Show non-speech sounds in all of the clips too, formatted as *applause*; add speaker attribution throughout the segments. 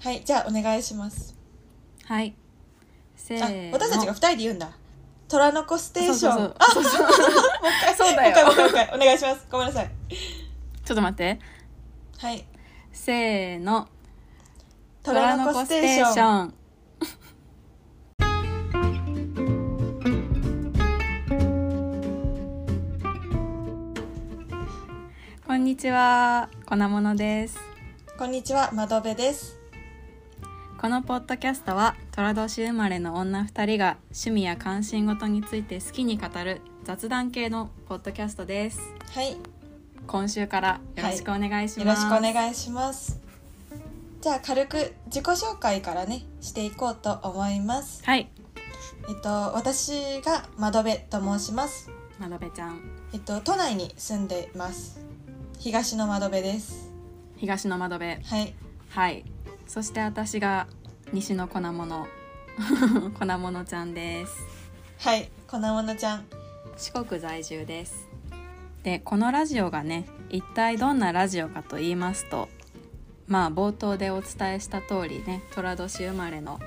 Speaker 1: はいじゃあお願いします
Speaker 2: はいせ
Speaker 1: あ
Speaker 2: ーの
Speaker 1: 私たちが2人で言うんだ虎の子ステーション
Speaker 2: そう
Speaker 1: あ
Speaker 2: そうそう
Speaker 1: もう一回
Speaker 2: そう
Speaker 1: *laughs*
Speaker 2: だよ
Speaker 1: もう一回もう一回もう一回お願いしますごめんなさい
Speaker 2: ちょっと待って
Speaker 1: はい
Speaker 2: せーの
Speaker 1: 虎の子ステーション
Speaker 2: ン *laughs* こんにちは粉ものです
Speaker 1: こんにちは窓辺です
Speaker 2: このポッドキャストは寅年生まれの女2人が趣味や関心事について好きに語る雑談系のポッドキャストです
Speaker 1: はい
Speaker 2: 今週からよろしくお願いし
Speaker 1: よ
Speaker 2: ま
Speaker 1: ろ
Speaker 2: す、
Speaker 1: しくお願いしますじゃあ軽く自己紹介からねしていこうと思います
Speaker 2: はい
Speaker 1: えっと私が窓辺と申します
Speaker 2: まどべちゃん
Speaker 1: えっと都内に住んでいます東の窓辺です
Speaker 2: 東の窓辺
Speaker 1: はい
Speaker 2: はいそして私が西の粉もの *laughs* 粉ものちゃんです
Speaker 1: はい粉ものちゃん
Speaker 2: 四国在住ですでこのラジオがね一体どんなラジオかと言いますとまあ冒頭でお伝えした通りね寅年生まれの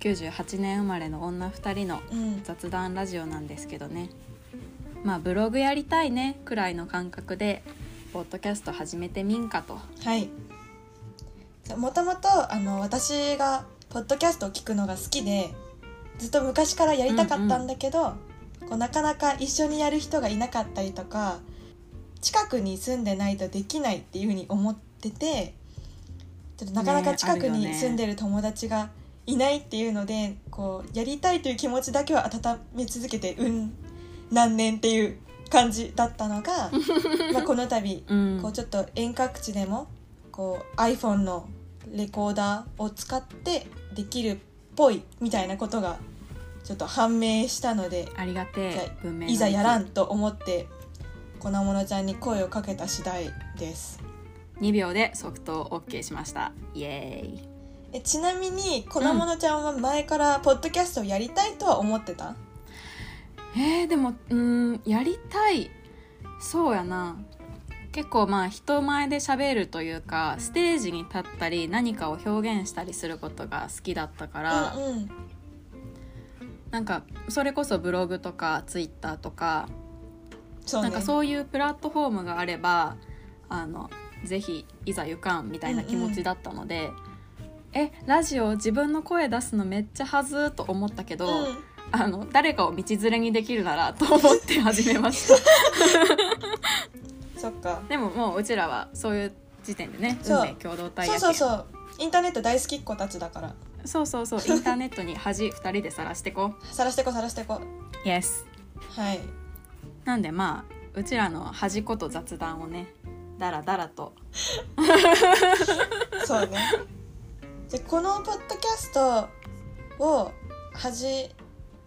Speaker 2: 98年生まれの女2人の
Speaker 1: うん
Speaker 2: 雑談ラジオなんですけどねまあブログやりたいねくらいの感覚でポッドキャスト始めてみんかと
Speaker 1: はいもともとあの私がポッドキャストを聞くのが好きでずっと昔からやりたかったんだけど、こうなかなか一緒にやる人がいなかったりとか近くに住んでないとできないっていうふうに思っててちょっとなかなか
Speaker 2: ね
Speaker 1: 近く
Speaker 2: あるよ
Speaker 1: に
Speaker 2: ね
Speaker 1: 住んでる友達がいないっていうので、こうやりたいという気持ちだけは温め続けてうん何年っていう感じだったのがまあこの度
Speaker 2: うん
Speaker 1: こうちょっと遠隔地でもこう iPhone のレコーダーを使ってできるっぽいみたいなことがちょっと判明したので
Speaker 2: ありがて
Speaker 1: じゃ
Speaker 2: え
Speaker 1: あ
Speaker 2: 文明の
Speaker 1: いざやら
Speaker 2: 利器
Speaker 1: んと思って粉ものちゃんに声をかけた次第です
Speaker 2: 2秒で即答 OK しましたイエーイ
Speaker 1: えちなみに粉ものちゃんは前からポッドキャストをやりたいとは思ってた、
Speaker 2: えー、でもうーんやりたいそうやな結構まあ人前で喋るというかステージに立ったり何かを表現したりすることが好きだったから、
Speaker 1: うんうん
Speaker 2: なんかそれこそブログとかツイッターとか、
Speaker 1: そう
Speaker 2: な
Speaker 1: ね
Speaker 2: んかそういうプラットフォームがあればあのぜひいざゆかんみたいな気持ちだったので、えラジオ自分の声出すのめっちゃはずーと思ったけど、
Speaker 1: うん
Speaker 2: あの誰かを道連れにできるならと思って始めま
Speaker 1: *laughs*
Speaker 2: した
Speaker 1: そっか
Speaker 2: でももううちらはそういう時点でね
Speaker 1: そう
Speaker 2: 運命共同体や
Speaker 1: そ
Speaker 2: け
Speaker 1: うんそうそうインターネット大好きっ子たちだから
Speaker 2: そうそうそうインターネットに恥2人でさらしてこ
Speaker 1: さらしてこさらしてこ
Speaker 2: イエス
Speaker 1: はい
Speaker 2: なんでまあうちらの恥こと雑談をねだらだらと
Speaker 1: そうね。でこのポッドキャストを始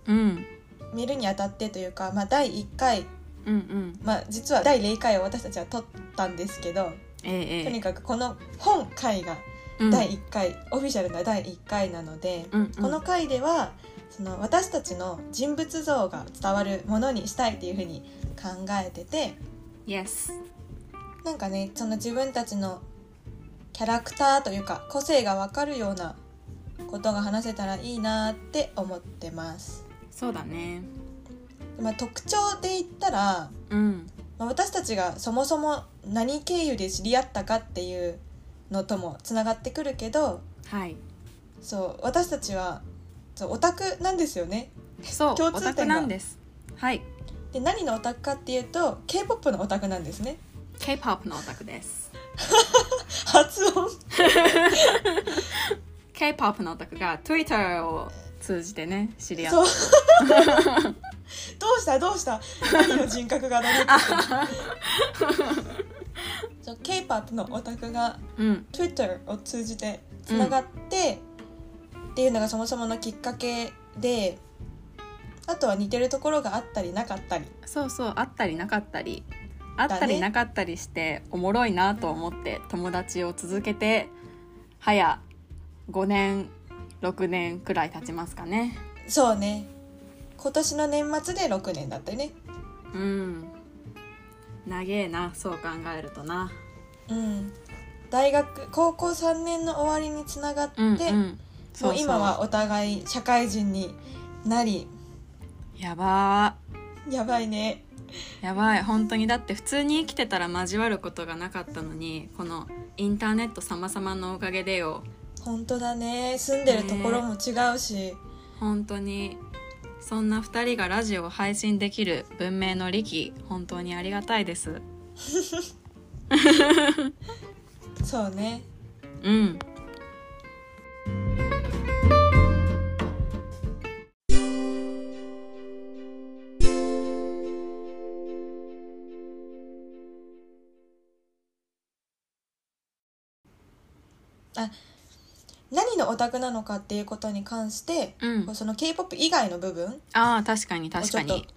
Speaker 2: うん
Speaker 1: めるにあたってというか、まあ、第1回、
Speaker 2: うんうん
Speaker 1: まあ、実は第0回を私たちは撮ったんですけど
Speaker 2: ええ
Speaker 1: と
Speaker 2: え
Speaker 1: に
Speaker 2: え
Speaker 1: かくこの本回が
Speaker 2: うん
Speaker 1: 第1回、オフィシャルな第1回なので、
Speaker 2: うんうん
Speaker 1: この回ではその私たちの人物像が伝わるものにしたいっていうふうに考えてて
Speaker 2: イエス
Speaker 1: なんかねその自分たちのキャラクターというか個性が分かるようなことが話せたらいいなって思ってます、
Speaker 2: そうだね
Speaker 1: まあ、特徴で言ったら、
Speaker 2: うん
Speaker 1: まあ私たちがそもそも何経由で知り合ったかっていうのともつながってくるけど
Speaker 2: はい
Speaker 1: そう私たちはそうオタクなんですよね
Speaker 2: そう
Speaker 1: 共
Speaker 2: オ
Speaker 1: 通点が
Speaker 2: タクなんですはい
Speaker 1: で何のオタクかっていうと k p o p のオタクなんですね *laughs*
Speaker 2: K-POP のオタクです
Speaker 1: 発音
Speaker 2: K-POP のオタクが Twitter を通じてね知り合った
Speaker 1: そ
Speaker 2: *laughs*
Speaker 1: うどうしたどうした何の人格が誰か
Speaker 2: *laughs*
Speaker 1: そう K-POP のオタクが
Speaker 2: うん、
Speaker 1: Twitter を通じてつながって、っていうのがそもそものきっかけであとは似てるところがあったりなかったり
Speaker 2: そうそうあったりなかったりあったりなかったりしておもろいなと思って友達を続けてはや5年6年くらい経ちますかね
Speaker 1: そうね今年の年末で6年だったよね
Speaker 2: うん長えなそう考えるとな
Speaker 1: うん大学高校3年の終わりにつながって、
Speaker 2: うんうん、
Speaker 1: もう今はお互い社会人になり
Speaker 2: やば
Speaker 1: やばいね
Speaker 2: ーやばい本当にだって普通に生きてたら交わることがなかったのにこのインターネット様々のおかげでよ
Speaker 1: 本当だね住んでるところも違うし、
Speaker 2: 本当にそんな2人がラジオを配信できる文明の利器本当にありがたいです
Speaker 1: そうね
Speaker 2: うん
Speaker 1: 何のオタクなのかっていうことに関して、
Speaker 2: うん
Speaker 1: その k p o p 以外の部分
Speaker 2: ああ確かに確か
Speaker 1: ちょっ
Speaker 2: に
Speaker 1: と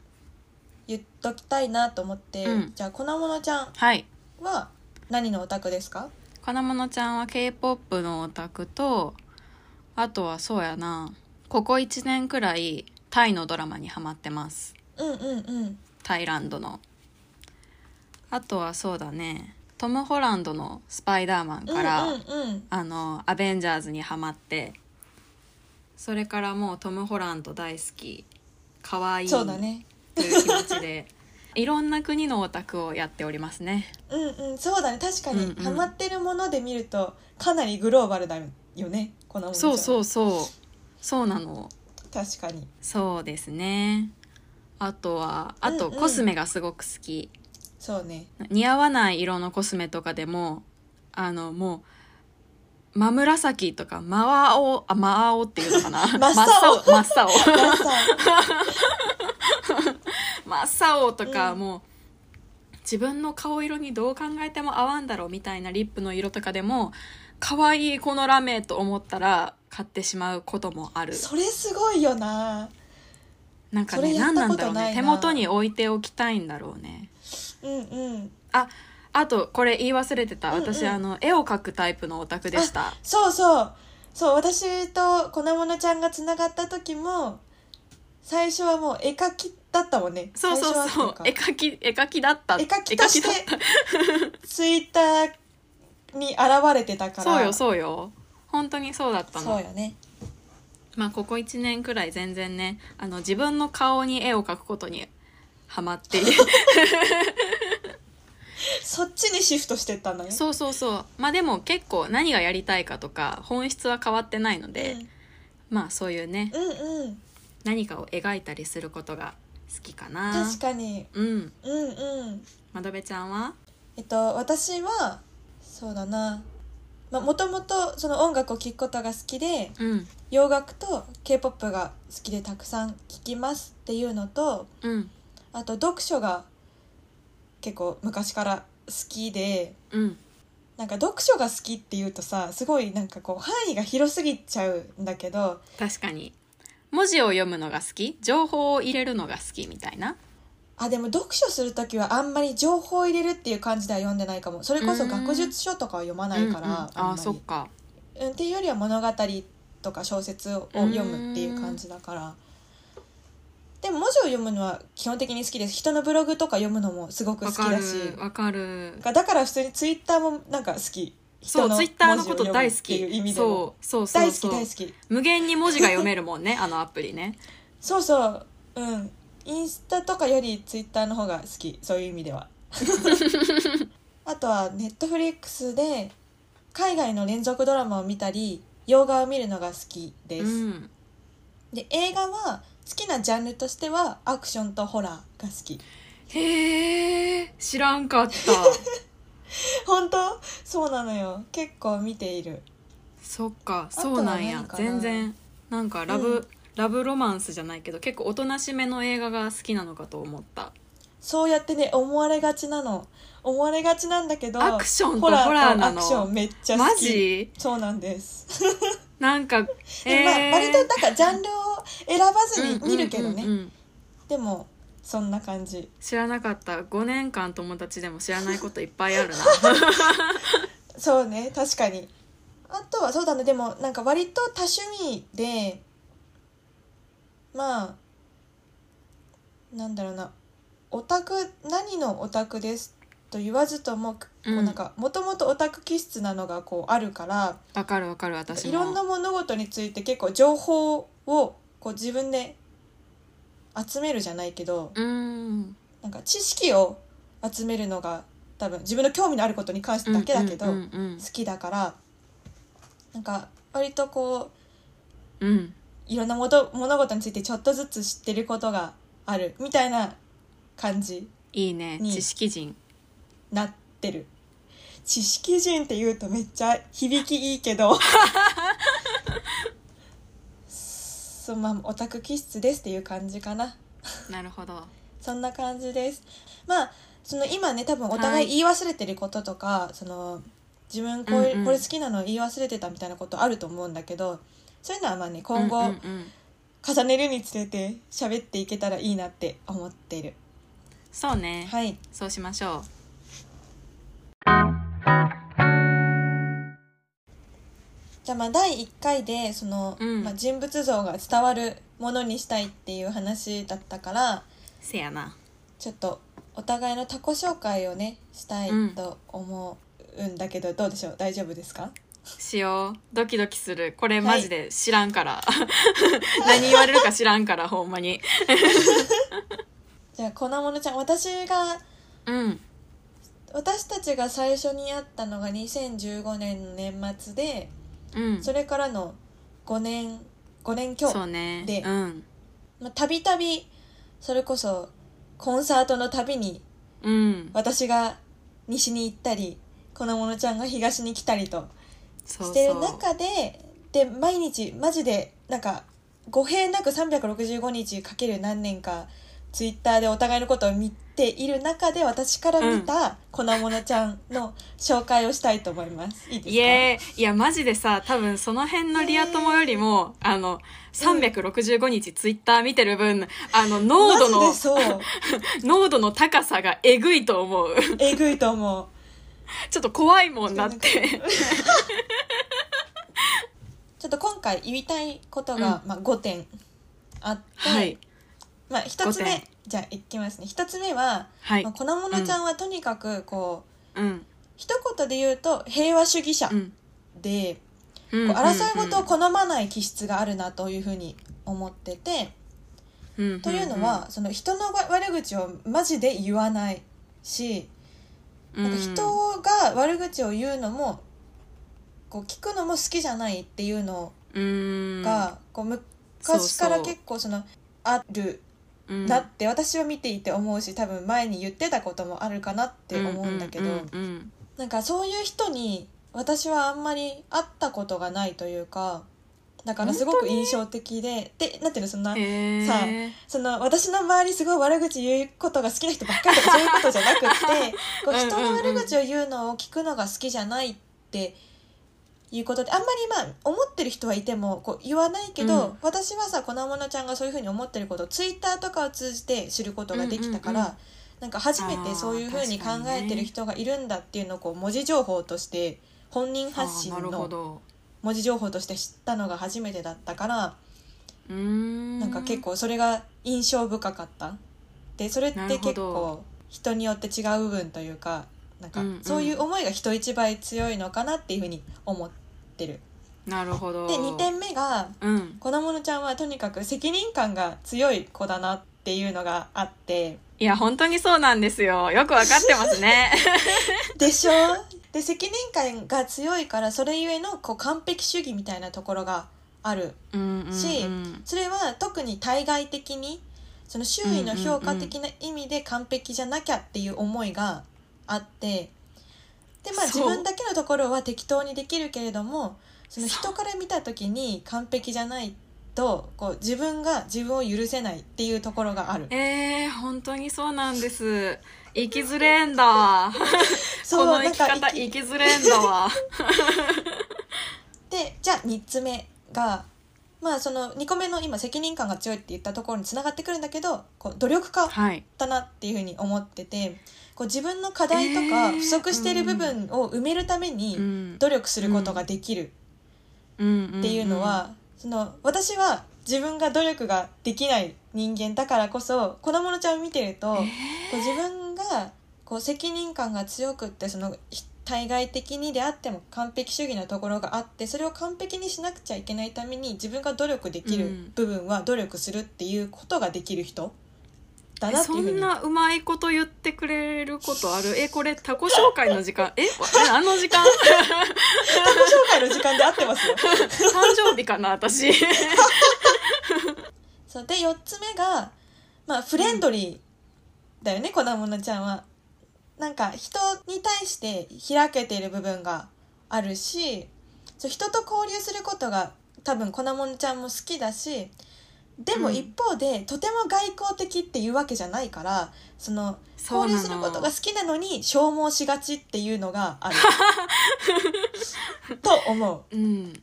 Speaker 1: 言っときたいなと思って、
Speaker 2: うん
Speaker 1: じゃあ粉ものちゃん
Speaker 2: はい
Speaker 1: は何のオタクですか
Speaker 2: 金物ちゃんは k p o p のオタクとあとはそうやなここ1年くらいタイのドラマにハマってます
Speaker 1: うんうんうん
Speaker 2: タイランドのあとはそうだねトム・ホランドの「スパイダーマン」から、
Speaker 1: うんうんうん
Speaker 2: あの「アベンジャーズ」にハマってそれからもうトム・ホランド大好き可愛い
Speaker 1: そうだね
Speaker 2: という気持ちで、 *laughs* いろんな国のオタクをやっておりますね
Speaker 1: うんうんそうだね確かに、
Speaker 2: うんうん
Speaker 1: ハマってるもので見るとかなりグローバルだよね粉ものちゃん
Speaker 2: そうそううそうそうなの
Speaker 1: 確かに
Speaker 2: そうですねあとはあと
Speaker 1: うんうん
Speaker 2: コスメがすごく好き、
Speaker 1: そうね *laughs*
Speaker 2: 似合わない色のコスメとかでもあのもう真紫とか真青あ真青っていうのかな
Speaker 1: *laughs* 真っ青
Speaker 2: 真っ青真っ青
Speaker 1: だからさ
Speaker 2: 真っ青とか、
Speaker 1: うん
Speaker 2: もう自分の顔色にどう考えても合わんだろうみたいなリップの色とかでも可愛いこのラメと思ったら買ってしまうこともある
Speaker 1: それすごいよな
Speaker 2: なんか
Speaker 1: それ
Speaker 2: ね
Speaker 1: や
Speaker 2: 何
Speaker 1: ったこ
Speaker 2: なんだ
Speaker 1: と
Speaker 2: ろう
Speaker 1: ないな
Speaker 2: ね手元に置いておきたいんだろうね
Speaker 1: うんうん
Speaker 2: ああとこれ言い忘れてた
Speaker 1: うんうん
Speaker 2: 私、あの絵を描くタイプのオタクでした
Speaker 1: そうそうそう私と粉ものちゃんがつながった時も最初はもう絵描きだったもんね
Speaker 2: そうそう
Speaker 1: 最初
Speaker 2: そ
Speaker 1: は
Speaker 2: う
Speaker 1: って
Speaker 2: 絵
Speaker 1: いか
Speaker 2: 描き絵描きだった
Speaker 1: 絵描きとし
Speaker 2: 絵描き
Speaker 1: て
Speaker 2: だっ
Speaker 1: ツイッターに現れてたか
Speaker 2: た
Speaker 1: ら
Speaker 2: そうよそうよ本当にそうだったの
Speaker 1: そうよね
Speaker 2: まあここ1年くらい全然ねあの自分の顔に絵を描くことにハマっている
Speaker 1: そっちにシフトしてったんだね
Speaker 2: *laughs* そうそうそうまあでも結構何がやりたいかとか本質は変わってないので、まあそういうね
Speaker 1: うん、うんうん
Speaker 2: 何かを描いたりすることが好きかな
Speaker 1: 確かに
Speaker 2: うん
Speaker 1: うんうん
Speaker 2: まどべちゃんは
Speaker 1: えっと私はそうだなもともとその音楽を聴くことが好きで
Speaker 2: うん
Speaker 1: 洋楽と k p o p が好きでたくさん聴きますっていうのと
Speaker 2: うん
Speaker 1: あと読書が結構昔から好きで
Speaker 2: うん
Speaker 1: なんか読書が好きっていうとさすごいなんかこう範囲が広すぎちゃうんだけど
Speaker 2: 確かに文字を読むのが好き情報を入れるのが好きみたいな
Speaker 1: あでも読書する時はあんまり情報を入れるっていう感じでは読んでないかもそれこそ学術書とかは読まないか
Speaker 2: うんうん
Speaker 1: ら
Speaker 2: あ
Speaker 1: あんま
Speaker 2: ー
Speaker 1: り
Speaker 2: そっか
Speaker 1: うん、っていうよりは物語とか小説を読むっていう感じだからでも文字を読むのは基本的に好きです人のブログとか読むのもすごく好
Speaker 2: わ
Speaker 1: き
Speaker 2: かる
Speaker 1: だし
Speaker 2: わかる
Speaker 1: だから普通にツイッターもなんか好き
Speaker 2: そうツイッターのこと大好
Speaker 1: 人の文字を読むっていう意
Speaker 2: き
Speaker 1: 味でも
Speaker 2: そうそうそ
Speaker 1: 大
Speaker 2: う
Speaker 1: 好き
Speaker 2: そう
Speaker 1: 大好き
Speaker 2: 無限に文字が読めるもん
Speaker 1: *laughs*
Speaker 2: ねあのアプリね
Speaker 1: そうそううんインスタとかよりツイッターの方が好きそういう意味で
Speaker 2: *laughs*
Speaker 1: はあとはネットフリックスで海外の連続ドラマを見たり洋画を見るのが好きです、
Speaker 2: うん
Speaker 1: で映画は好きなジャンルとしてはアクションとホラーが好き *laughs*
Speaker 2: へえ知らんかった
Speaker 1: 本当そうなのよ結構見ている
Speaker 2: そっか
Speaker 1: とは
Speaker 2: そうなんや
Speaker 1: 何かな
Speaker 2: 全然なんかラブ、
Speaker 1: うん
Speaker 2: ラブロマンスじゃないけど結構おとなしめの映画が好きなのかと思った
Speaker 1: そうやってね思われがちなの思われがちなんだけど
Speaker 2: アクションと
Speaker 1: ホラ
Speaker 2: ホラー
Speaker 1: ーと
Speaker 2: な
Speaker 1: ア
Speaker 2: の
Speaker 1: クションめっちゃ好き
Speaker 2: マジ
Speaker 1: そうなんです、
Speaker 2: なんか
Speaker 1: でまあ、割とだからジャンルを選ばずに見るけどね、
Speaker 2: うんうんうんうん
Speaker 1: でもそんな感じ
Speaker 2: 知らなかった5年間友達でも知らないこといっぱいあるな
Speaker 1: そうね確かにあとはそうだねでもなんか割と多趣味でまあなんだろうなオタク何のオタクですと言わずともこう
Speaker 2: うん
Speaker 1: なんかもともとオタク気質なのがこうあるから
Speaker 2: わかるわかる私も
Speaker 1: いろんな物事について結構情報をこう自分で集めるじゃないけど
Speaker 2: うん
Speaker 1: なんか知識を集めるのが多分自分の興味のあることに関してだけだけど
Speaker 2: うん
Speaker 1: 好
Speaker 2: うん
Speaker 1: きだからなんか割とこう
Speaker 2: うんうん
Speaker 1: いろんなもと物事についてちょっとずつ知ってることがあるみたいな感じ
Speaker 2: いいね
Speaker 1: に
Speaker 2: 知識人
Speaker 1: なってる知識人って言うとめっちゃ響きいいけどそうまあオタク気質ですっていう感じかな
Speaker 2: なるほど
Speaker 1: そんな感じですまあその今ね多分お互い言い忘れてることとか、その自分これ,、
Speaker 2: うんうん
Speaker 1: これ好きなの言い忘れてたみたいなことあると思うんだけどそういうのはまあね今後、
Speaker 2: うんうんうん
Speaker 1: 重ねるにつれて喋っていけたらいいなって思ってる
Speaker 2: そうね、
Speaker 1: はい
Speaker 2: そうしましょう
Speaker 1: じゃあまあ第1回でその、
Speaker 2: うん
Speaker 1: まあ、人物像が伝わるものにしたいっていう話だったから
Speaker 2: せやな
Speaker 1: ちょっとお互いの他己紹介をねしたいと思うんだけど、どうでしょう大丈夫ですか
Speaker 2: しようドキドキするこれ
Speaker 1: はい
Speaker 2: マジで知らんから、 *laughs* 何言われるか知らんからほんまに
Speaker 1: じゃあ粉ものちゃん私が
Speaker 2: うん
Speaker 1: 私たちが最初に会ったのが2015年の年末で
Speaker 2: うん
Speaker 1: それからの5年5年強
Speaker 2: そうね
Speaker 1: で
Speaker 2: うん
Speaker 1: まあたびたびそれこそコンサートのたびに
Speaker 2: うん
Speaker 1: 私が西に行ったりこのものちゃんが東に来たりと
Speaker 2: そう
Speaker 1: して
Speaker 2: そ
Speaker 1: る
Speaker 2: う
Speaker 1: 中でで毎日マジでなんか語弊なく365日かける何年かツイッターでお互いのことを見ている中で私から見たこのものちゃんの紹介をしたいと思います。いいです
Speaker 2: い
Speaker 1: か
Speaker 2: えいやマジでさ多分その辺のリア友よりも、あの365日ツイッター見てる分あの濃度
Speaker 1: マジ
Speaker 2: の
Speaker 1: でそう
Speaker 2: 濃度の高さがえぐいと思う *laughs*
Speaker 1: えぐいと思う。
Speaker 2: ちょっと怖いも *laughs* んなって
Speaker 1: ちょっと今回言いたいことが、まあ、5点あって、
Speaker 2: はい
Speaker 1: まあ、1つ
Speaker 2: 5
Speaker 1: 目
Speaker 2: 点
Speaker 1: じゃあいきますね1つ目は、
Speaker 2: はい
Speaker 1: まあ、粉ものちゃんはとにかくこう、
Speaker 2: うん
Speaker 1: 一言で言うと平和主義者
Speaker 2: うん
Speaker 1: で、
Speaker 2: うん
Speaker 1: こう争いごとを好まない気質があるなというふうに思ってて、
Speaker 2: うん
Speaker 1: というのは、、その人の悪口をマジで言わないし、
Speaker 2: うん
Speaker 1: なんか人が悪口を言うのもこう聞くのも好きじゃないっていうのを
Speaker 2: うん
Speaker 1: が、こう昔から結構そのある
Speaker 2: うん
Speaker 1: なって私は見ていて思うし多分前に言ってたこともあるかなって思うんだけど、
Speaker 2: うんうん
Speaker 1: なんかそういう人に私はあんまり会ったことがないというかだからすごく印象的ででなんていうのそんな
Speaker 2: うんへー
Speaker 1: さその私の周りすごい悪口言うことが好きな人ばっかりとかそういうことじゃなくって
Speaker 2: *laughs*
Speaker 1: こう人の悪口を言うのを聞くのが好きじゃないっていうことであんまりまあ思ってる人はいてもこう言わないけど、
Speaker 2: うん
Speaker 1: 私はさ粉ものちゃんがそういうふうに思ってることをツイッターとかを通じて知ることができたから、
Speaker 2: うんうん
Speaker 1: なんか初めてそういうふうに考えてる人がいるんだっていうのをこう文字情報として本人発信
Speaker 2: あーなるほ
Speaker 1: の
Speaker 2: ど
Speaker 1: 文字情報として知ったのが初めてだったから。
Speaker 2: うーん
Speaker 1: なんか結構それが印象深かったでそれって
Speaker 2: なるほ
Speaker 1: 結
Speaker 2: ど
Speaker 1: 構人によって違う部分というかなんか
Speaker 2: うんうん
Speaker 1: そういう思いが人一倍強いのかなっていうふうに思ってる。
Speaker 2: なるほど
Speaker 1: で2点目が
Speaker 2: うん
Speaker 1: 子供のちゃんはとにかく責任感が強い子だなっていうのがあ
Speaker 2: *laughs*
Speaker 1: って
Speaker 2: いや本当にそうなんですよよくわかってます
Speaker 1: *laughs*
Speaker 2: ね
Speaker 1: でしょで責任感が強いからそれゆえのこう完璧主義みたいなところがある
Speaker 2: うんうんうん
Speaker 1: しそれは特に対外的にその周囲の評価的な意味で完璧じゃなきゃっていう思いがあってでまあ自
Speaker 2: そう
Speaker 1: 分だけのところは適当にできるけれどもその
Speaker 2: そ
Speaker 1: 人
Speaker 2: う
Speaker 1: から見た時に完璧じゃないとこう自分が自分を許せないっていうところがある。
Speaker 2: えー、本当にそうな
Speaker 1: *laughs*
Speaker 2: んです生きづれんだこの生き
Speaker 1: なんか
Speaker 2: 方
Speaker 1: 生き
Speaker 2: 生きづれん
Speaker 1: *laughs*
Speaker 2: だわ
Speaker 1: でじゃあ3つ目が。まあその2個目の今責任感が強いって言ったところにつながってくるんだけどこう努力家
Speaker 2: はい
Speaker 1: だなっていうふうに思っててこう自分の課題とか
Speaker 2: えー
Speaker 1: 不足している部分を埋めるため
Speaker 2: う
Speaker 1: に
Speaker 2: ん
Speaker 1: 努力することができる
Speaker 2: っ
Speaker 1: っていうのは、その私は自分が努力ができない人間だからこそ子供のちゃんを見てると、こう自分がここう責任感が強くってそのひ対外的にであっても完璧主義のところがあってそれを完璧にしなくちゃいけないために自分が努力でき
Speaker 2: う
Speaker 1: る
Speaker 2: ん
Speaker 1: 部分は努力するっていうことができる人だ
Speaker 2: え
Speaker 1: なっていう
Speaker 2: そ
Speaker 1: ふうんに
Speaker 2: なうまいこと言ってくれることあるえこれタコ紹介の時間ええあの時
Speaker 1: *laughs* 自己
Speaker 2: 間
Speaker 1: 紹介の時間で合ってますよ。
Speaker 2: 誕生日かな私
Speaker 1: *laughs* そうで4つ目が、まあ、フレンドリーだよね、粉ものちゃんは。なんか人に対して開けている部分があるしそう人と交流することが多分粉ものちゃんも好きだしでも
Speaker 2: うん
Speaker 1: 一方で、とても外交的っていうわけじゃないからその
Speaker 2: そう
Speaker 1: 交流
Speaker 2: な
Speaker 1: すること
Speaker 2: の
Speaker 1: が好きなのに消耗しがちっていうのが *laughs* あると思う。
Speaker 2: うん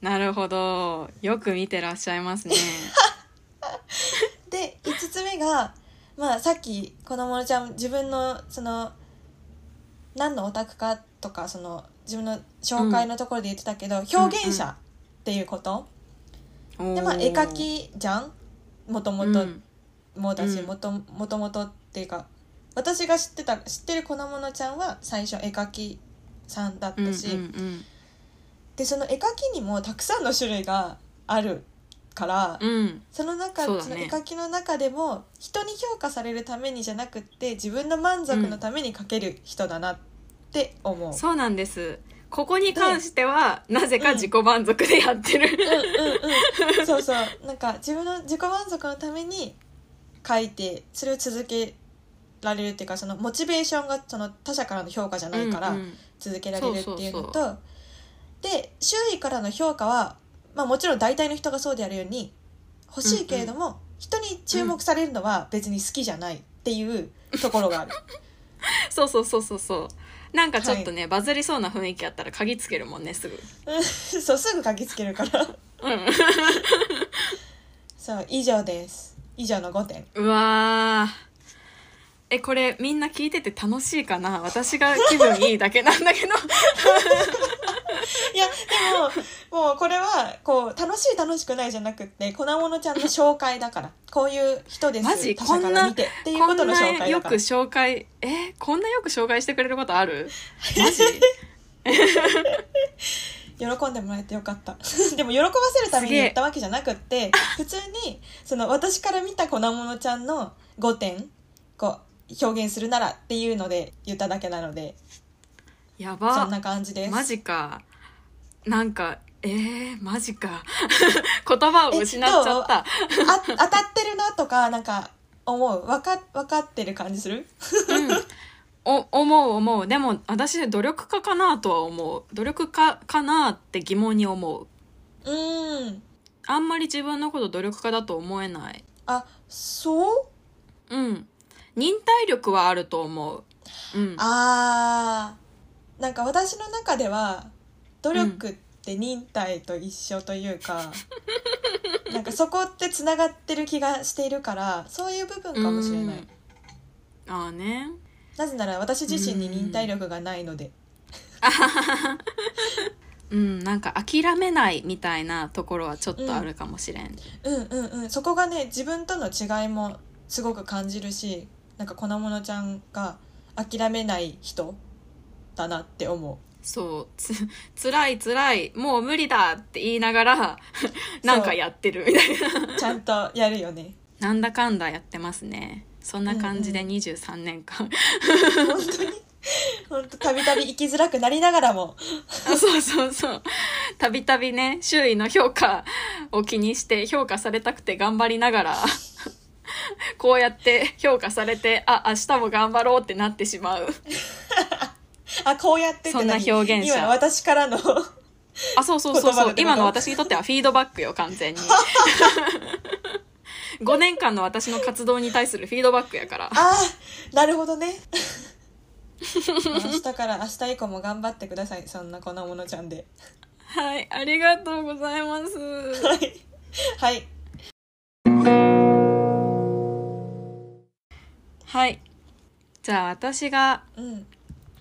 Speaker 2: なるほどよく見てらっしゃいますね
Speaker 1: で5つ目が、まあ、さっきこのものちゃん自分のその何のオタクかとかその自分の紹介のところで言ってたけど、表現者っていうこと、 *laughs* でまあ絵描きじゃんもとも
Speaker 2: う
Speaker 1: と
Speaker 2: ん
Speaker 1: もだし、
Speaker 2: うん
Speaker 1: もともともとっていうか私が知ってた知ってるこのものちゃんは最初絵描きさんだっ
Speaker 2: うんうん
Speaker 1: たし、
Speaker 2: うん
Speaker 1: でその絵描きにもたくさんの種類があるから、
Speaker 2: うん
Speaker 1: その中
Speaker 2: そ,、
Speaker 1: そう
Speaker 2: だね
Speaker 1: の絵描きの中でも人に評価されるためにじゃなくって自分の満足のために描ける人だなって思う。うん、
Speaker 2: そうなんですここに関してはなぜか自己満足でやってる、
Speaker 1: うん、うんそうそうなんか自分の自己満足のために描いてそれを続けられるっていうかそのモチベーションがその他者からの評価じゃないから
Speaker 2: うんうん
Speaker 1: 続けられるっていうのと、
Speaker 2: そう
Speaker 1: で周囲からの評価は、まあ、もちろん大体の人がそうであるように欲しいけれども、人に注目されるのは別に好きじゃないっていうところ
Speaker 2: *laughs*
Speaker 1: がある。
Speaker 2: そうそうそうそうそうなんかちょっとね、バズりそうな雰囲気あったら鍵つけるもんねすぐ
Speaker 1: うんそうすぐ書きつけるから
Speaker 2: う
Speaker 1: そう以上です以上の5点
Speaker 2: んうわーえこれみんな聞いてて楽しいかな私が気分いいだけなん
Speaker 1: *laughs*
Speaker 2: だけど
Speaker 1: いやで *laughs* ももうこれはこう楽しい楽しくないじゃなくって粉ものちゃんの紹介だからこういう人です
Speaker 2: マジ
Speaker 1: 他者か
Speaker 2: こん
Speaker 1: ら
Speaker 2: な
Speaker 1: 見てっていう
Speaker 2: こ
Speaker 1: こ
Speaker 2: ん
Speaker 1: との紹
Speaker 2: な
Speaker 1: 介
Speaker 2: よ
Speaker 1: だ
Speaker 2: く
Speaker 1: から
Speaker 2: 紹介えこんなよく紹介してくれることある
Speaker 1: *laughs*
Speaker 2: マジ
Speaker 1: 喜んでもらえてよかった *laughs* でも喜ばせるために言ったわけじゃなくって *laughs* 普通にその私から見た粉ものちゃんの5点こう表現するならっていうので言っただけなので
Speaker 2: や
Speaker 1: そ
Speaker 2: ば
Speaker 1: んな感じです
Speaker 2: マジかなんかえー、マジか *laughs* 言葉を失っちゃった
Speaker 1: あ当たってるなとかなんか思うわかわかってる感じする
Speaker 2: うん *laughs* お思う思うでも私努力家かなとは思う努力家かなって疑問に思う
Speaker 1: うーん
Speaker 2: あんまり自分のこと努力家だと思えない
Speaker 1: あそう
Speaker 2: うん忍耐力はあると思ううん
Speaker 1: あーなんか私の中では努力って忍耐と一緒という
Speaker 2: *laughs*
Speaker 1: か、なんかそこってつながってる気がしているからそういう部分かもしれない
Speaker 2: うんああね
Speaker 1: なぜなら私自身に忍耐力がないので
Speaker 2: うんなんか諦めないみたいなところはちょっとあるかもしれん、
Speaker 1: うんうんうんそこがね自分との違いもすごく感じるしなんか粉ものちゃんが諦めない人だなって思
Speaker 2: *laughs*
Speaker 1: う
Speaker 2: そうつ辛い辛いもう無理だって言いながらなんかやってるみたいな
Speaker 1: ちゃんとやるよね。
Speaker 2: なんだかんだやってますねそんな感じで
Speaker 1: うん
Speaker 2: 23年間
Speaker 1: 本
Speaker 2: *laughs*
Speaker 1: 当に。本当たびたび生きづらくなりながらも。
Speaker 2: あそうそうそうたびたびね周囲の評価を気にして評価されたくて頑張りながら *laughs* こうやって評価されてあ明日も頑張ろうってなってしまう
Speaker 1: あ、こうやってって
Speaker 2: そんな表現者
Speaker 1: 今私から
Speaker 2: *laughs*
Speaker 1: の。
Speaker 2: あそうそうそう
Speaker 1: 言葉
Speaker 2: そ
Speaker 1: だ
Speaker 2: う
Speaker 1: けど
Speaker 2: 今の私にとってはフィードバックよ完
Speaker 1: *laughs*
Speaker 2: 全に5年間の私の活動に対するフィードバックやから
Speaker 1: ああ、なるほどね。明日から明日以降も頑張ってください。そんなこのものちゃんで。
Speaker 2: はいありがとうございます
Speaker 1: はい。はい。
Speaker 2: はいじゃあ私が
Speaker 1: うん。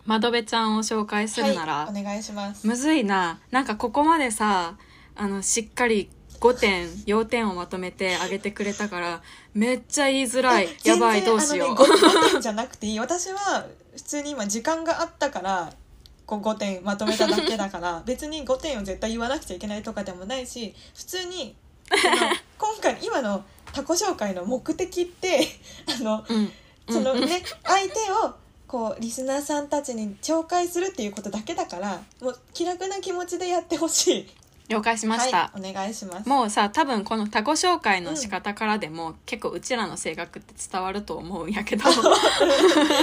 Speaker 2: 窓辺ちゃんを紹介するなら、
Speaker 1: はい、お願いします。
Speaker 2: むずいななんかここまでさあのしっかり5点要点をまとめてあげてくれたからめっちゃ言いづらいやばいどうしよう、
Speaker 1: 全然あの、ね、5, 点じゃなくていい私は普通に今時間があったからこう5点まとめただけだから
Speaker 2: *laughs*
Speaker 1: 別に5点を絶対言わなくちゃいけないとかでもないし普通にそ
Speaker 2: *laughs*
Speaker 1: の今回今の他己紹介の目的ってあの
Speaker 2: うん、
Speaker 1: その
Speaker 2: うん
Speaker 1: ね相手をこうリスナーさんたちに紹介するっていうことだけだからもう気楽な気持ちでやってほしい。
Speaker 2: 了解しました、
Speaker 1: はい、お願いします。
Speaker 2: もうさ多分この他己紹介の仕方からでも、結構うちらの性格って伝わると思うんやけど
Speaker 1: *laughs* *laughs*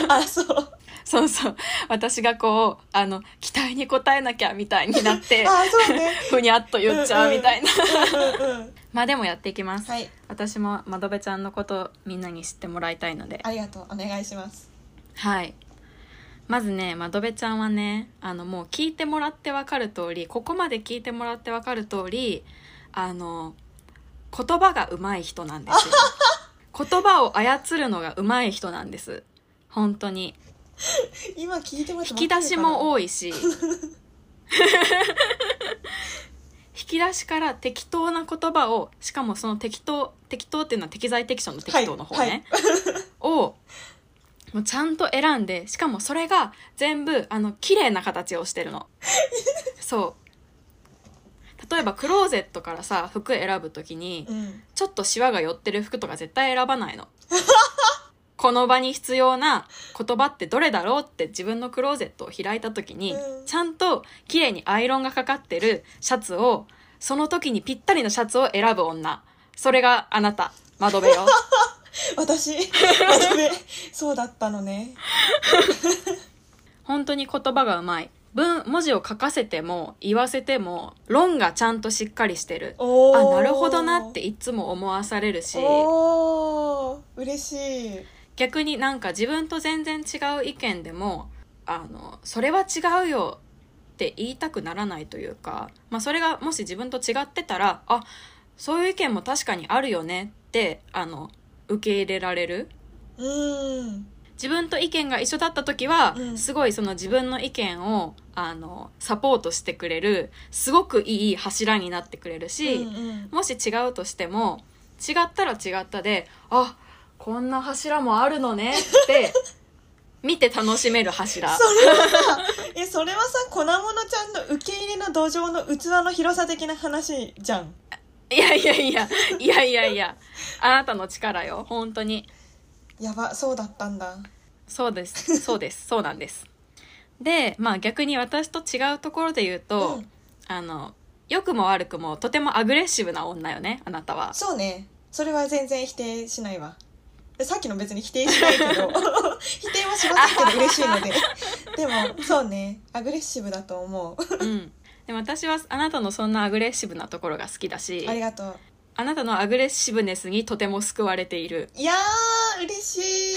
Speaker 1: あそう。
Speaker 2: そうそう私がこうあの期待に応えなきゃみたいになっ
Speaker 1: *laughs*
Speaker 2: て
Speaker 1: あそうね。
Speaker 2: ふにゃっと言っちゃうみたいな、
Speaker 1: うんうんうん。
Speaker 2: まあでもやっていきます、
Speaker 1: はい
Speaker 2: 私もまどべちゃんのことみんなに知ってもらいたいので
Speaker 1: ありがとうお願いします。
Speaker 2: はいまずねまどべちゃんはねあのもう聞いてもらってわかる通りここまで聞いてもらってわかる通りあの言葉が上手い人なん *laughs* ですよ言葉を操るのが上手い人なんです本当に
Speaker 1: 今聞いてもらって
Speaker 2: 引き出しも
Speaker 1: 多い
Speaker 2: 多いし
Speaker 1: *laughs*
Speaker 2: 引き出しから適当な言葉をしかもその適当適当っていうのは適材適所の適当の方ね、
Speaker 1: はいはい
Speaker 2: *laughs* をもうちゃんと選んでしかもそれが全部あの綺麗な形をしてる
Speaker 1: *laughs*
Speaker 2: のそう例えばクローゼットからさ服選ぶときに
Speaker 1: うん
Speaker 2: ちょっとシワが寄ってる服とか絶対選
Speaker 1: *laughs*
Speaker 2: ばないのこの場に必要な言葉ってどれだろうって自分のクローゼットを開いた時に、
Speaker 1: うん
Speaker 2: ちゃんと綺麗にアイロンがかかってるシャツをその時にぴったりのシャツを選ぶ女それがあなた窓
Speaker 1: *laughs*
Speaker 2: 辺よ
Speaker 1: 私 *laughs* 私ねそうだったのね。
Speaker 2: 本当に言葉がうまい文文字を書かせても言わせても論がちゃんとしっかりしてる
Speaker 1: お
Speaker 2: あ
Speaker 1: ー
Speaker 2: なるほどなって。いつも思わされるし
Speaker 1: おお嬉しい。
Speaker 2: 逆になんか自分と全然違う意見でもあのそれは違うよって言いたくならないというか、まあ、それがもし自分と違ってたらあそういう意見も確かにあるよねってあの受け入れられる
Speaker 1: うん
Speaker 2: 自分と意見が一緒だった時は、
Speaker 1: うん
Speaker 2: すごいその自分の意見をあのサポートしてくれるすごくいい柱になってくれるし、
Speaker 1: うんうん
Speaker 2: もし違うとしても違ったら違ったであこんな柱もあるの
Speaker 1: *laughs*
Speaker 2: ねって見て楽しめる柱
Speaker 1: それはさ、え、それはさ、粉物ちゃんの受け入れの土壌の器の広さ的な話じゃん。
Speaker 2: いやいやいやいやいやいやあなたの力よ本当に
Speaker 1: やば、そうだったんだ。
Speaker 2: そうですそうですそうなんですでまあ逆に私と違うところで言うと、
Speaker 1: うん
Speaker 2: あの良くも悪くもとてもアグレッシブな女よねあなたは
Speaker 1: そうね。それは全然否定しないわ。でさっきの別に否定しないけど、 *laughs* 否定はしませんけど嬉しいので。でも、そうね。アグレッシブだと思う。
Speaker 2: うんでも私はあなたのそんなアグレッシブなところが好きだし
Speaker 1: ありがとう。
Speaker 2: あなたのアグレッシブネスにとても救われている
Speaker 1: いやー、嬉しい。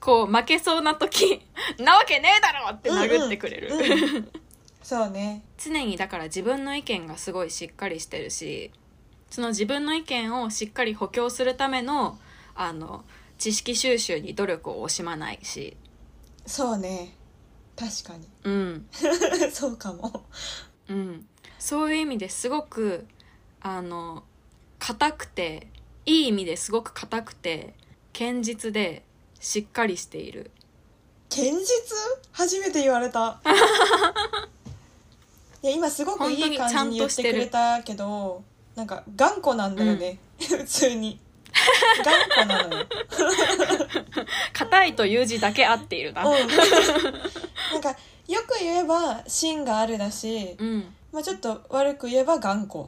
Speaker 2: こう負けそうな時 *laughs* なわけねえだろって殴ってくれる、
Speaker 1: うんうんうそうね。
Speaker 2: *laughs* 常にだから自分の意見がすごいしっかりしてるしその自分の意見をしっかり補強するためのあの知識収集に努力を惜しまないし
Speaker 1: そうね。確かに。 *laughs*
Speaker 2: うん
Speaker 1: そうかも。
Speaker 2: うんそういう意味ですごくあの硬くていい意味ですごく硬くて堅実でしっかりしている
Speaker 1: 堅実初めて言われ
Speaker 2: *laughs*
Speaker 1: たいや今すごくいい感じに言ってくれたけどなんか頑固なんだよね、普通に頑固なのよ、
Speaker 2: 硬いと *laughs* いう字だけ合っているな
Speaker 1: うん、なんかよく言えば芯があるだし、
Speaker 2: うん
Speaker 1: まあ、ちょっと悪く言えば頑固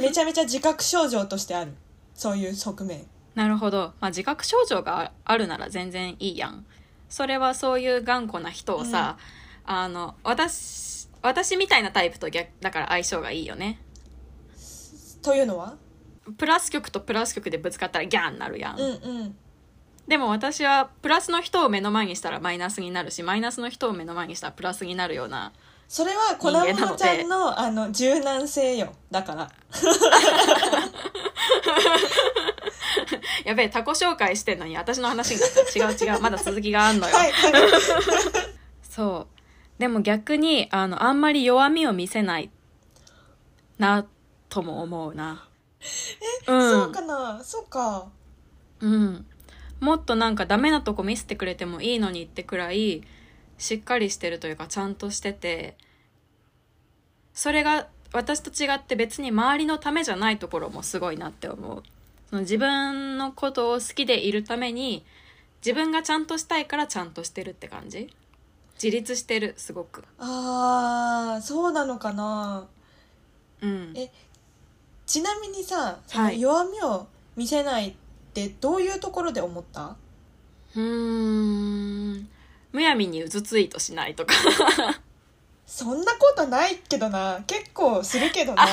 Speaker 1: めちゃめちゃ自覚症状としてあるそういう側面
Speaker 2: なるほど、まあ、自覚症状があるなら全然いいやんそれはそういう頑固な人をさ、あの私私みたいなタイプと逆だから相性がいいよね
Speaker 1: というのは
Speaker 2: プラス極とプラス極でぶつかったらギャーになるやん、
Speaker 1: うんうん
Speaker 2: でも私はプラスの人を目の前にしたらマイナスになるしマイナスの人を目の前にしたらプラスになるような
Speaker 1: それは粉
Speaker 2: 人間な
Speaker 1: 物
Speaker 2: の
Speaker 1: ちゃ
Speaker 2: で
Speaker 1: んのあの柔軟性よだから
Speaker 2: やべえ他己紹介してんのに私の話になっちゃう違う違うまだ続きがあんのよ、
Speaker 1: はいはい
Speaker 2: そうでも逆にあのあんまり弱みを見せないなとも思うな。え、
Speaker 1: そうかなそうか
Speaker 2: うん、もっとなんかダメなとこ見せてくれてもいいのにってくらいしっかりしてるというかちゃんとしててそれが私と違って別に周りのためじゃないところもすごいなって思うその自分のことを好きでいるために自分がちゃんとしたいからちゃんとしてるって感じ自立してるすごく
Speaker 1: あーそうなのかな
Speaker 2: うん
Speaker 1: えちなみにさその
Speaker 2: はい
Speaker 1: 弱みを見せないってどういうところで思った
Speaker 2: うーんむやみにうずついとしないとか
Speaker 1: そんなことないけどな結構するけどな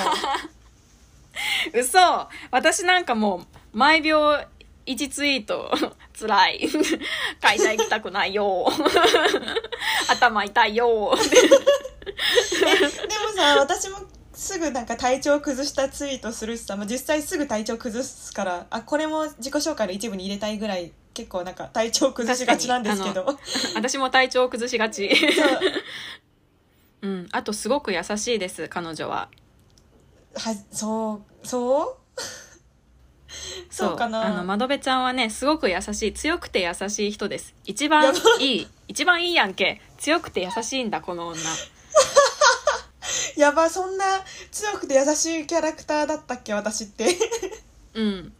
Speaker 2: *laughs* 嘘私なんかもう毎秒1ツイート辛 *laughs* い会社行きたくない *laughs* よ頭痛いよ
Speaker 1: でもさ私もすぐなんか体調崩したツイートするしさ、まあ、実際すぐ体調崩すからあこれも自己紹介の一部に入れたいぐらい結構なんか体調崩しがちなんですけど
Speaker 2: 私も体調崩しがち
Speaker 1: そう
Speaker 2: うんあとすごく優しいです彼女は
Speaker 1: はそうそうそうかな
Speaker 2: あの窓辺ちゃんはねすごく優しい強くて優しい人です一
Speaker 1: や
Speaker 2: 番
Speaker 1: ば
Speaker 2: いい一番いいやんけ強くて優しいんだこの女
Speaker 1: やばそんな強くて優しいキャラクターだったっけ私って *laughs*
Speaker 2: うん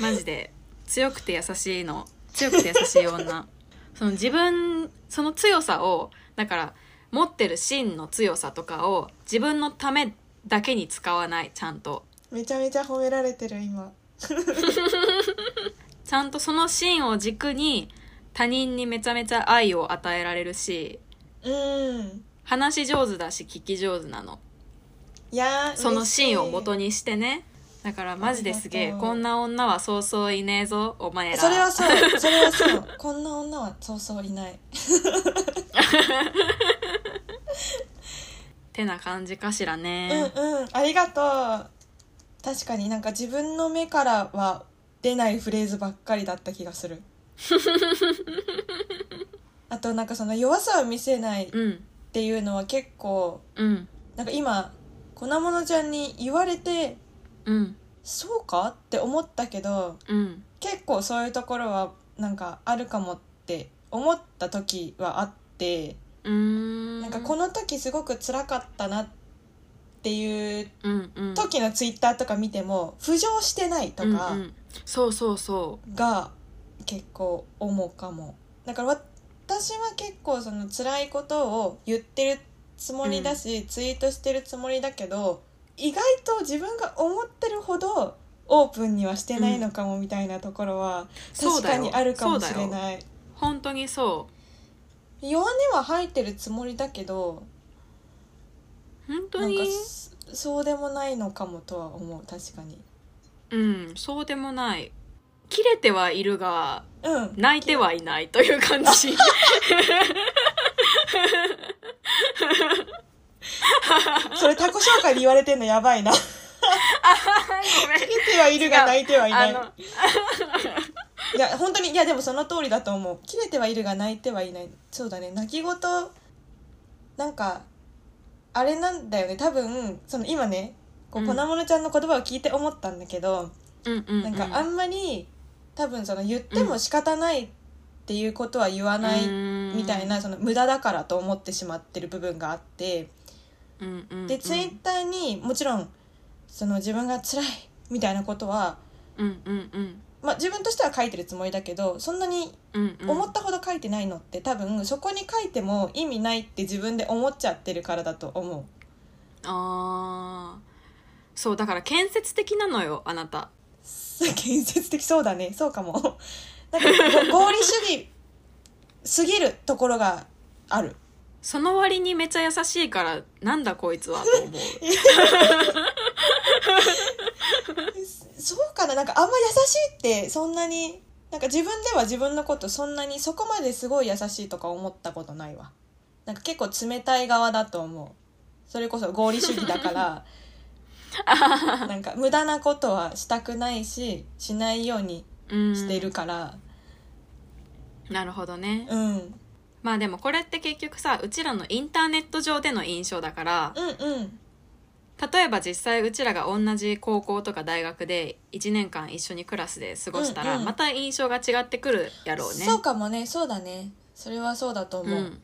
Speaker 2: マジで強くて優しいの強くて優しい女 *laughs* その自分その強さをだから持ってる真の強さとかを自分のためだけに使わないちゃんと
Speaker 1: めちゃめちゃ褒められてる今
Speaker 2: ちゃんとその真を軸に他人にめちゃめちゃ愛を与えられるし
Speaker 1: うん
Speaker 2: 話し上手だし聞き上手なの
Speaker 1: いやー
Speaker 2: その真を元
Speaker 1: に
Speaker 2: にしてねだからマジですげ
Speaker 1: あり
Speaker 2: え
Speaker 1: がとう
Speaker 2: こんな女はそうそういねえぞお前ら
Speaker 1: それは *laughs* そうそれはそうこんな女はそうそういない
Speaker 2: てな感じかしらね、
Speaker 1: うんうんありがとう確かになんか自分の目からは出ないフレーズばっかりだった気が *laughs* するあとなんかその弱さを見せないっ
Speaker 2: うん
Speaker 1: ていうのは結構
Speaker 2: うん
Speaker 1: なんか今粉物ちゃんに言われて
Speaker 2: うん
Speaker 1: そうかって思ったけど
Speaker 2: うん
Speaker 1: 結構そういうところはなんかあるかもって思った時はあって
Speaker 2: うーん
Speaker 1: なんかこの時すごく辛かったなっていう
Speaker 2: うんうん
Speaker 1: 時のツイッターとか見ても浮上してないとか
Speaker 2: うんうんそうそうそ
Speaker 1: が結構思うかもだからわ私は結構その辛いことを言ってるつもりだし、ツイートしてるつもりだけど意外と自分が思ってるほどオープンにはしてないのかもみたいなところは
Speaker 2: うそ
Speaker 1: 確
Speaker 2: うだ
Speaker 1: か
Speaker 2: よ
Speaker 1: にあるかもしれ
Speaker 2: そうだよ
Speaker 1: ない、
Speaker 2: 本当にそう
Speaker 1: 弱音は吐いてるつもりだけど
Speaker 2: 本当
Speaker 1: なん
Speaker 2: に
Speaker 1: かそそうでもないのかもとは思う確かに
Speaker 2: うんそうでもない切れてはいるが
Speaker 1: うん
Speaker 2: 泣いてはいないという感じ
Speaker 1: それ他己紹介で言われてんのやばい
Speaker 2: *laughs*
Speaker 1: な
Speaker 2: ごめん
Speaker 1: 泣いてはいるが泣いてはいな
Speaker 2: あ
Speaker 1: い
Speaker 2: の
Speaker 1: いや本当にいやでもその通りだと思う切れてはいるが泣いてはいないそうだね泣き言なんかあれなんだよね多分その今ねこう
Speaker 2: うん
Speaker 1: 粉物ちゃんの言葉を聞いて思ったんだけど、
Speaker 2: うんうんう
Speaker 1: なんかあんまり多分その言っても仕方ないっていうことは言わないみたいな、その無駄だからと思ってしまってる部分があって、
Speaker 2: うんうんうん
Speaker 1: でツイッターにもちろんその自分が辛いみたいなことは、
Speaker 2: うんうんうん
Speaker 1: まあ、自分としては書いてるつもりだけどそんなに
Speaker 2: うんうん
Speaker 1: 思ったほど書いてないのって多分そこに書いても意味ないって自分で思っちゃってるからだと思う *laughs*
Speaker 2: あーそうだから建設的なのよあなた
Speaker 1: す建設的そうだねそうかもなんかご合理主義すぎるところがある
Speaker 2: その割にめちゃ優しいからなんだこいつはと思う
Speaker 1: そうかななんかあんま優しいってそんなになんか自分では自分のことそんなにそこまですごい優しいとか思ったことないわなんか結構冷たい側だと思うそれこそ合理主義だからなんか無駄なことはしたくないししないように
Speaker 2: うん
Speaker 1: しているから
Speaker 2: なるほどね
Speaker 1: うん、うん、
Speaker 2: まあでもこれって結局さうちらのインターネット上での印象だから
Speaker 1: うん
Speaker 2: 例えば実際うちらが同じ高校とか大学で1年間一緒にクラスで過ごしたら、
Speaker 1: うんうん
Speaker 2: また印象が違ってくるやろうね。
Speaker 1: そうかもねそうだねそれはそうだと思う、
Speaker 2: うん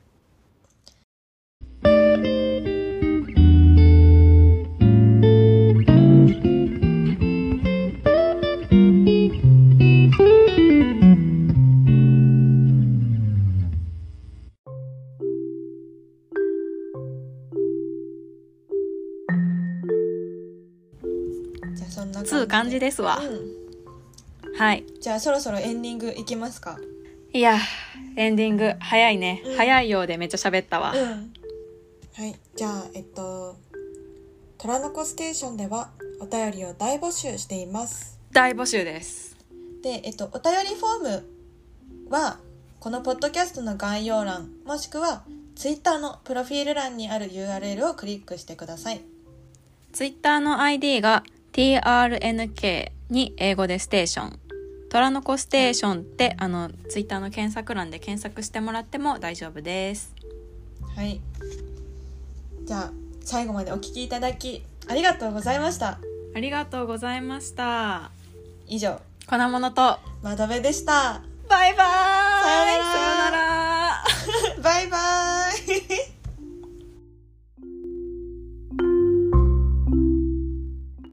Speaker 1: じゃあそんな
Speaker 2: つう感じですわ。
Speaker 1: うん
Speaker 2: はい。
Speaker 1: じゃあそろそろエンディングいきますか
Speaker 2: いや、エンディング早いね。
Speaker 1: うん
Speaker 2: 早いようでめっちゃ喋ったわ。
Speaker 1: うんはいじゃあえっと「虎の子ステーション」ではお便りを大募集しています
Speaker 2: 大募集です。
Speaker 1: で、えっと、お便りフォームはこのポッドキャストの概要欄もしくは Twitter のプロフィール欄にある URL をクリックしてください
Speaker 2: ツイッターの ID が TRNK に英語でステーション。虎の子ステーションって、あの、ツイッターの検索欄で検索してもらっても大丈夫です。
Speaker 1: はいじゃあ最後までお聞きいただきありがとうございました
Speaker 2: ありがとうございました。
Speaker 1: 以上
Speaker 2: 粉物と、
Speaker 1: 窓辺でした *laughs*
Speaker 2: バイバイ